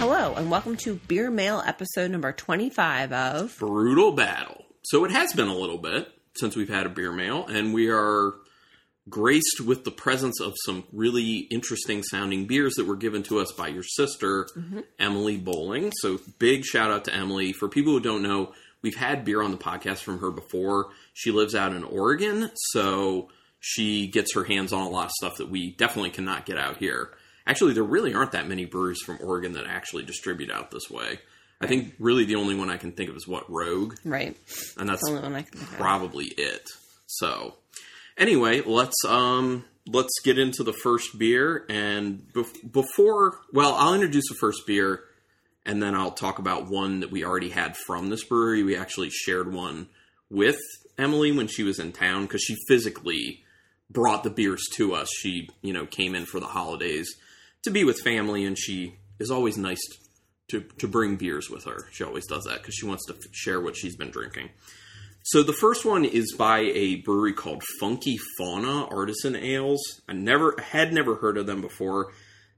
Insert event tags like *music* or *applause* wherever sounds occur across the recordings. welcome to Beer Mail episode number 25 of. Brutal Battle. So it has been a little bit since we've had a beer mail, and we are graced with the presence of some really interesting sounding beers that were given to us by your sister, Emily Bowling. So big shout out to Emily. For people who don't know, we've had beer on the podcast from her before. She lives out in Oregon, so she gets her hands on a lot of stuff that we definitely cannot get out here. Actually, there really aren't that many breweries from Oregon that actually distribute out this way. I think really the only one I can think of is what Rogue, Right. and that's The only one I can think of. probably it. So, anyway, let's um let's get into the first beer and bef- before well, I'll introduce the first beer and then I'll talk about one that we already had from this brewery. We actually shared one with Emily when she was in town cuz she physically brought the beers to us. She, you know, came in for the holidays to be with family and she is always nice to to bring beers with her. She always does that cuz she wants to f- share what she's been drinking. So the first one is by a brewery called Funky Fauna Artisan Ales. I never had never heard of them before.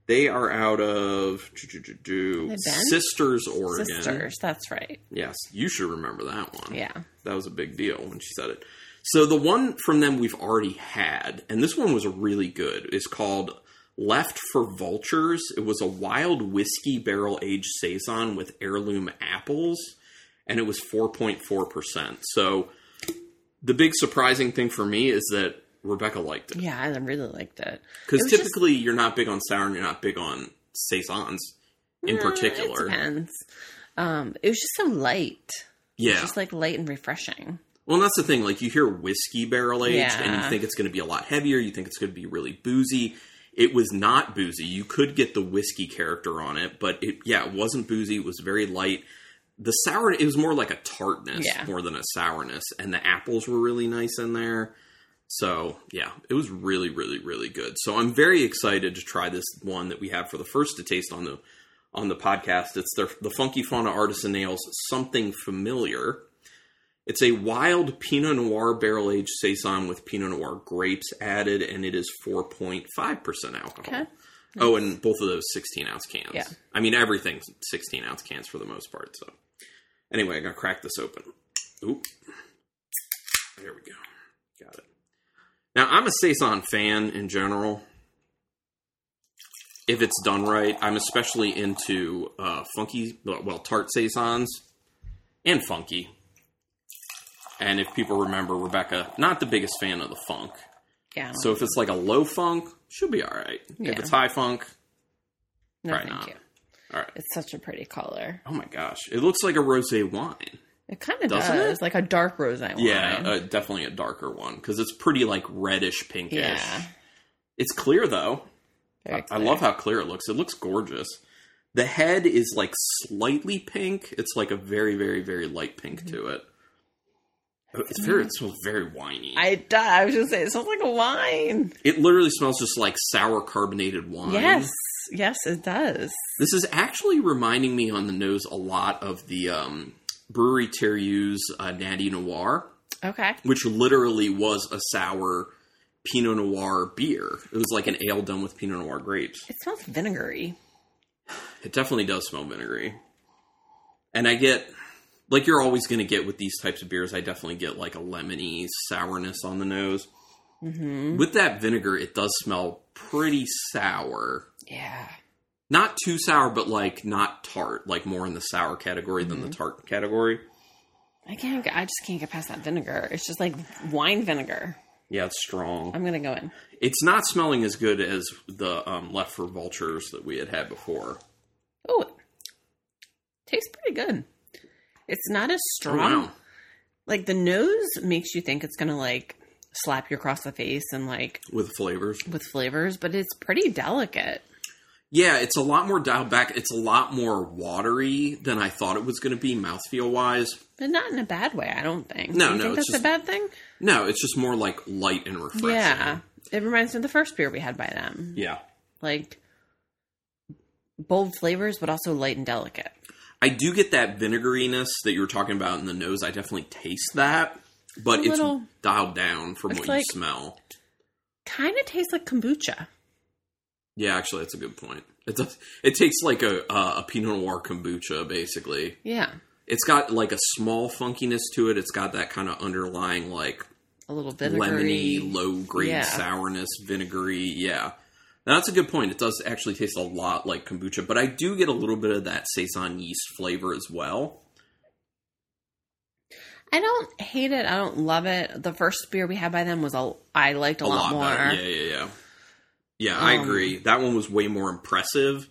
They are out of Bend? Sisters, Oregon. Sisters. That's right. Yes, you should remember that one. Yeah. That was a big deal when she said it. So the one from them we've already had, and this one was really good. It's called Left for Vultures. It was a wild whiskey barrel aged saison with heirloom apples, and it was 4.4%. So the big surprising thing for me is that Rebecca liked it. Yeah, I really liked it. Because It was just- typically you're not big on sour and you're not big on saisons in Mm, It particular. depends. Um, it was just so light. yeah. Just like light and refreshing. Well, and that's the thing. Like you hear whiskey barrel aged, and you Yeah. think it's going to be a lot heavier. You think it's going to be really boozy. It was not boozy. You could get the whiskey character on it, but it yeah, it wasn't boozy. It was very light. The sour it was more like a tartness Yeah. more than a sourness, and the apples were really nice in there. So yeah, it was really, really, really good. So I'm very excited to try this one that we have for the first to taste on the on the podcast. It's their the Funky Fauna Artisan Nails Something Familiar. It's a wild Pinot Noir barrel aged saison with Pinot Noir grapes added, and it is 4.5% alcohol. Okay. Oh, and both of those 16 ounce cans. Yeah. I mean, everything's 16 ounce cans for the most part. So, anyway, I gotta crack this open. Oop. There we go. Got it. Now, I'm a saison fan in general. If it's done right, I'm especially into uh, funky, well, tart saisons and funky. And if people remember, Rebecca, not the biggest fan of the funk. Yeah. So if it's like a low funk, she'll be all right. If Yeah. it's high funk, no, right thank now. you. all right. It's such a pretty color. Oh my gosh, it looks like a rosé wine. It kind of Doesn't does. it? Like a dark rose I Yeah, uh, definitely a darker one because it's pretty like reddish pinkish. yeah. It's clear though. Very I clear. love how clear it looks. It looks gorgeous. The head is like slightly pink. It's like a very, very, very light pink Mm-hmm. to it. Oh, It's very. It smells very winey. I, do- I was just saying, it sounds like a wine. it literally smells just like sour carbonated wine. Yes. Yes, it does. This is actually reminding me on the nose a lot of the um, brewery Terrieu's uh, Natty Noir, Okay. which literally was a sour Pinot Noir beer. It was like an ale done with Pinot Noir grapes. It smells vinegary. It definitely does smell vinegary. And I get, like you're always going to get with these types of beers, I definitely get like a lemony sourness on the nose. Mm-hmm. With that vinegar, it does smell pretty sour. Yeah. not too sour, but like not tart, like more in the sour category than the tart category. I can't. get- I just can't get past that vinegar. It's just like wine vinegar. Yeah, it's strong. I'm gonna go in. it's not smelling as good as the um, left for vultures that we had had before. Oh, it tastes pretty good. It's not as strong. Oh, Wow. Like the nose makes you think it's gonna like slap you across the face and like With flavors, with flavors, but it's pretty delicate. yeah, it's a lot more dialed back. It's a lot more watery than I thought it was going to be mouthfeel wise. But not in a bad way, I don't think. No, you no, Think that's it's just a bad thing. No, it's just more like light and refreshing. Yeah, it reminds me of the first beer we had by them. yeah. Like bold flavors, but also light and delicate. I do get that vinegariness that you were talking about in the nose. I definitely taste that, but A it's little- dialed down from It's what you like- smell. Kind of tastes like kombucha. Yeah, actually, that's a good point. It does, it takes like a uh, a Pinot Noir kombucha basically. Yeah. It's got like a small funkiness to it. It's got that kind of underlying like A little vinegary. lemony, low grade Yeah. sourness, vinegary. Yeah. Now, that's a good point. It does actually taste a lot like kombucha, but I do get a little bit of that saison yeast flavor as well. I don't hate it. I don't love it. The first beer we had by them was a I liked a, A lot, lot, more. better. Yeah, yeah, yeah. Yeah, I Um, agree. That one was way more impressive.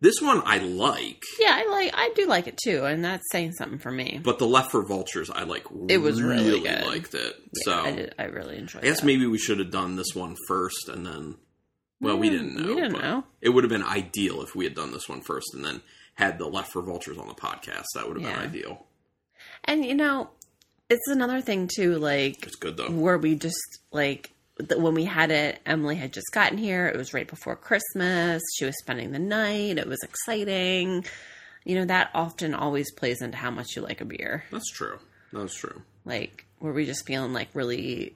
This one I like, Yeah, I like I do like it too, and that's saying something for me. but the Left for Vultures I like. It was really good. liked it. Yeah, so I did, I really enjoyed. I guess that. maybe we should have done this one first and then. Well, we Yeah, didn't know. Mm, we didn't but know. It would have been ideal if we had done this one first and then had the Left for Vultures on the podcast. That would have Yeah. been ideal. And you know, it's another thing too. Like It's good though. where we just like th- when we had it, Emily had just gotten here. It was right before Christmas. She was spending the night. It was exciting. You know that often always plays into how much you like a beer. That's true. That's true. Like were we just feeling like really.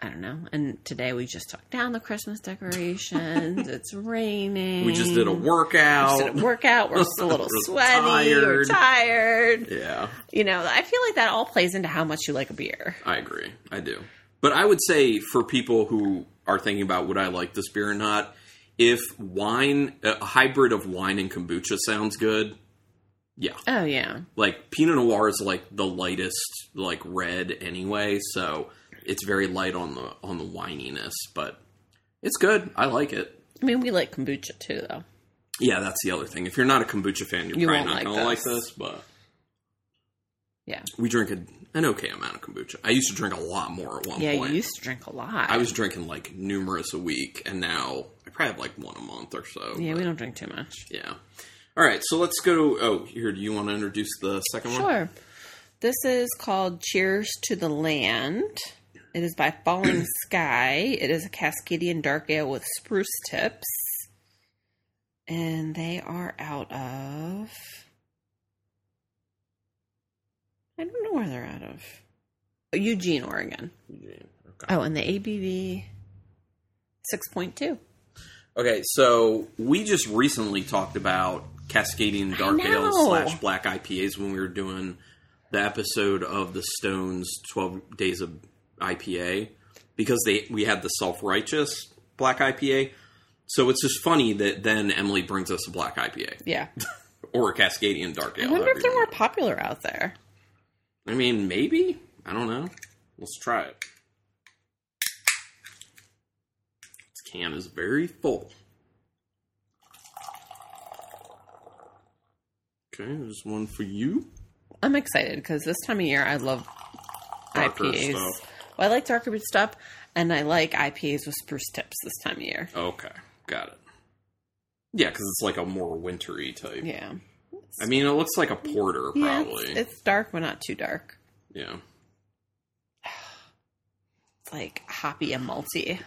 I don't know. And today we just took down the Christmas decorations. *laughs* it's raining. We just did a Just workout. did a workout. We're just a little *laughs* We're sweaty. We're tired. tired. yeah, You know, I feel like that all plays into how much you like a beer. I agree. I do. But I would say for people who are thinking about would I like this beer or not, if wine, a hybrid of wine and kombucha sounds good, yeah. Oh yeah, Like Pinot Noir is like the lightest, like red anyway, so it's very light on the on the wininess, but it's good. I like it. I mean we like kombucha too, though. Yeah, that's the other thing. If you're not a kombucha fan, you're You probably won't not like gonna like this. this, but Yeah, we drink a, an okay amount of kombucha. I used to drink a lot more at one yeah. point. You used to drink a lot. I was drinking like numerous a week, and now I probably have like one a month or so. yeah, we don't drink too much. Yeah. All right, so let's go. Oh, here, do you want to introduce the second one? Sure. This is called Cheers to the Land. It is by *clears throat* Falling Sky. It is a Cascadian dark ale with spruce tips. And they are out of. I don't know where they're out of. Eugene, Oregon. Okay. Oh, and the ABV 6.2. Okay, so we just recently talked about Cascadian Dark I Ale know. slash Black IPAs when we were doing the episode of the Stones 12 Days of IPA because they we had the self righteous Black IPA. So it's just funny that then Emily brings us a Black IPA *laughs* Yeah. or a Cascadian Dark Ale. I wonder however if you they're more want popular out there. it. I mean, maybe. I don't know. Let's try it. This can is very full. Okay, there's one for you. I'm excited because this time of year I love Darker IPAs. stuff. Well, I like darker root stuff, and I like IPAs with spruce tips this time of year. Okay, got it. Yeah, because it's like a more wintry type. Yeah, I mean, it looks like a porter, yeah. probably. It's, it's dark, but not too dark. yeah. It's like hoppy and malty.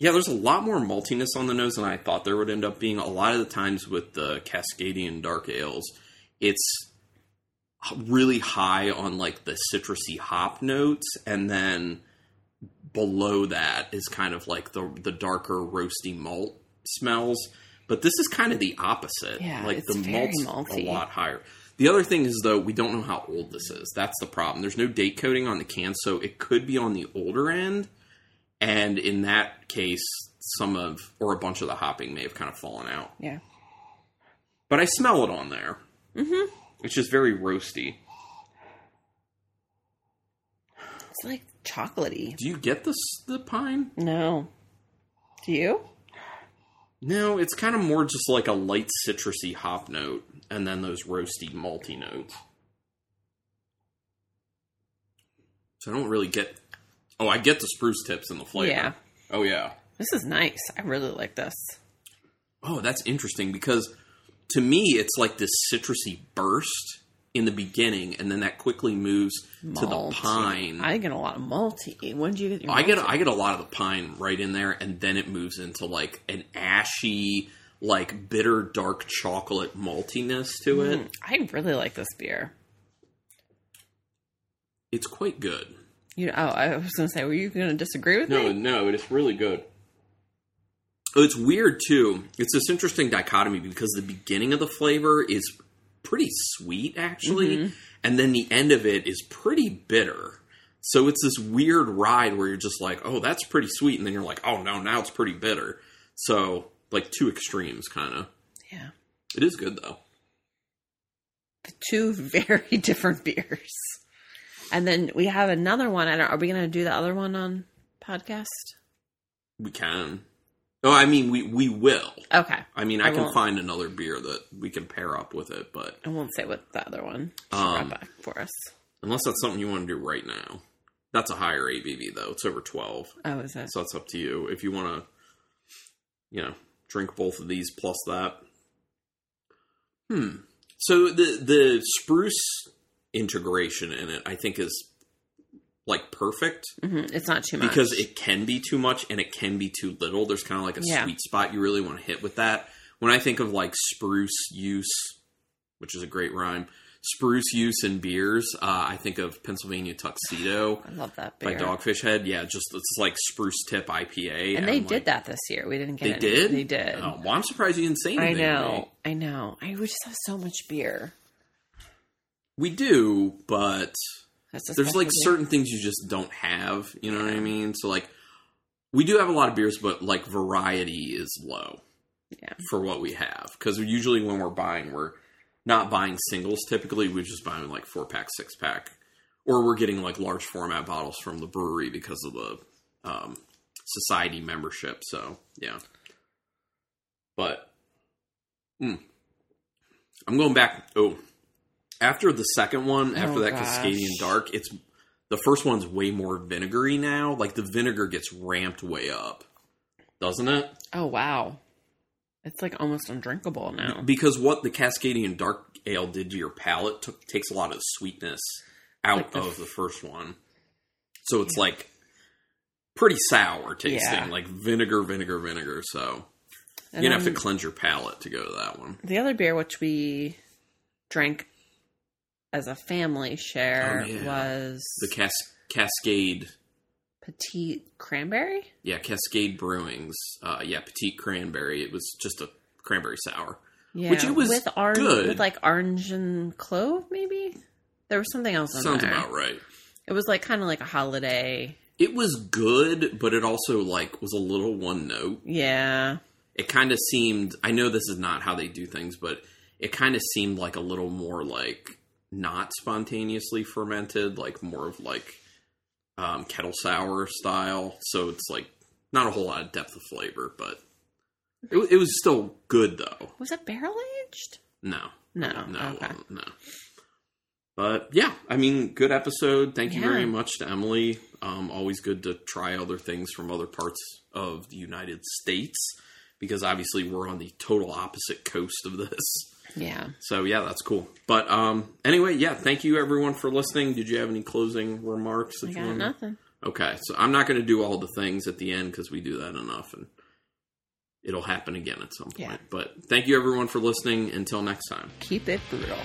Yeah, there's a lot more maltiness on the nose than I thought there would end up being. A lot of the times with the Cascadian dark ales, it's h- really high on like the citrusy hop notes, and then below that is kind of like the the darker roasty malt smells. But this is kind of the opposite. Yeah, like it's the very malt's malty. a lot higher. The other thing is though, we don't know how old this is. That's the problem. There's no date coding on the can, so it could be on the older end. And in that case, some of or a bunch of the hopping may have kind of fallen out. Yeah, But I smell it on there. Mm-hmm. It's just very roasty. it's like chocolatey. Do you get this the pine? No, do you? No, it's kind of more just like a light citrusy hop note, and then those roasty malty notes. So I don't really get. Oh, I get the spruce tips in the flavor. Yeah. Oh yeah. This is nice. I really like this. Oh, that's interesting because to me it's like this citrusy burst in the beginning, and then that quickly moves to the Malty. pine. I get a lot of malty. When did you get your? I get malty? I get a lot of the pine right in there, and then it moves into like an ashy, like bitter dark chocolate maltiness to it. I really like this beer. It's quite good. You know, oh, I was going to say, were you going to disagree with me? no, it's really good. Oh, it's weird too. It's this interesting dichotomy because the beginning of the flavor is pretty sweet actually, and then the end of it is pretty bitter. So it's this weird ride where you're just like, "Oh, that's pretty sweet," and then you're like, "Oh no, now it's pretty bitter." So like two extremes, kind of. Yeah. It is good though. Two *laughs* very different beers. And then we have another one. I don't are we gonna do the other one on podcast? We can. Oh, I mean, we we will. Okay. I mean, I, I can won't. find another beer that we can pair up with it, but I won't say what the other one she Um, brought back for us. unless that's something you want to do right now, that's a higher ABV though. It's over twelve, Oh, is it? so it's up to you if you want to, you know, drink both of these plus that. Hmm. So the the spruce integration in it, I think, is like perfect hmm It's not too much. because it can be too much and it can be too little. There's kind of like a Yeah. sweet spot you really want to hit with that. When I think of like spruce use, which is a great rhyme, spruce use in beers, uh, I think of Pennsylvania Tuxedo I love that by beer. Dogfish Head. Yeah, just it's like spruce tip IPA. and they I'm did like, that this year. We didn't get They any. did. They did. Oh, well, I'm surprised you didn't say I anything. to me. know. I know. I we just have so much beer. We do, but That's a there's special like beer. certain things you just don't have. You know what I mean? So like, we do have a lot of beers, but like variety is low. Yeah. for what we have because usually when we're buying we're not buying singles typically we're just buying like four pack six pack or we're getting like large format bottles from the brewery because of the um, society membership so yeah but mm. i'm going back oh after the second one, after Oh, that gosh. cascadian dark it's the first one's way more vinegary now like the vinegar gets ramped way up doesn't it Oh wow, it's like almost undrinkable now. because what the Cascadian Dark Ale did to your palate took, takes a lot of the sweetness out Like the- of the first one. So it's like pretty sour tasting, Yeah. like vinegar, vinegar, vinegar. So And you're gonna have then to cleanse your palate to go to that one. the other beer which we drank as a family share Oh, yeah. was The Cas- Cascade, petite cranberry. yeah, Cascade Brewing's, uh, yeah, Petite Cranberry. It was just a cranberry sour. Yeah, Which it was with orange, good. with like orange and clove. Maybe there was something else. In Sounds there. about right. It was like kind of like a holiday. It was good, but it also like was a little one note. Yeah, it kind of seemed i know this is not how they do things but it kind of seemed like a little more like not spontaneously fermented like more of like um, kettle sour style so it's like not a whole lot of depth of flavor but it, wa- it was still good though was it barrel aged? no No, no it okay. wasn't, no but yeah i mean good episode thank you Yeah. very much to emily um, always good to try other things from other parts of the united states because obviously we're on the total opposite coast of this Yeah. so yeah that's cool but um, anyway yeah thank you everyone for listening did you have any closing remarks that I you got wanna- nothing. okay so i'm not going to do all the things at the end because we do that enough and it'll happen again at some point Yeah. but thank you everyone for listening until next time Keep it brutal.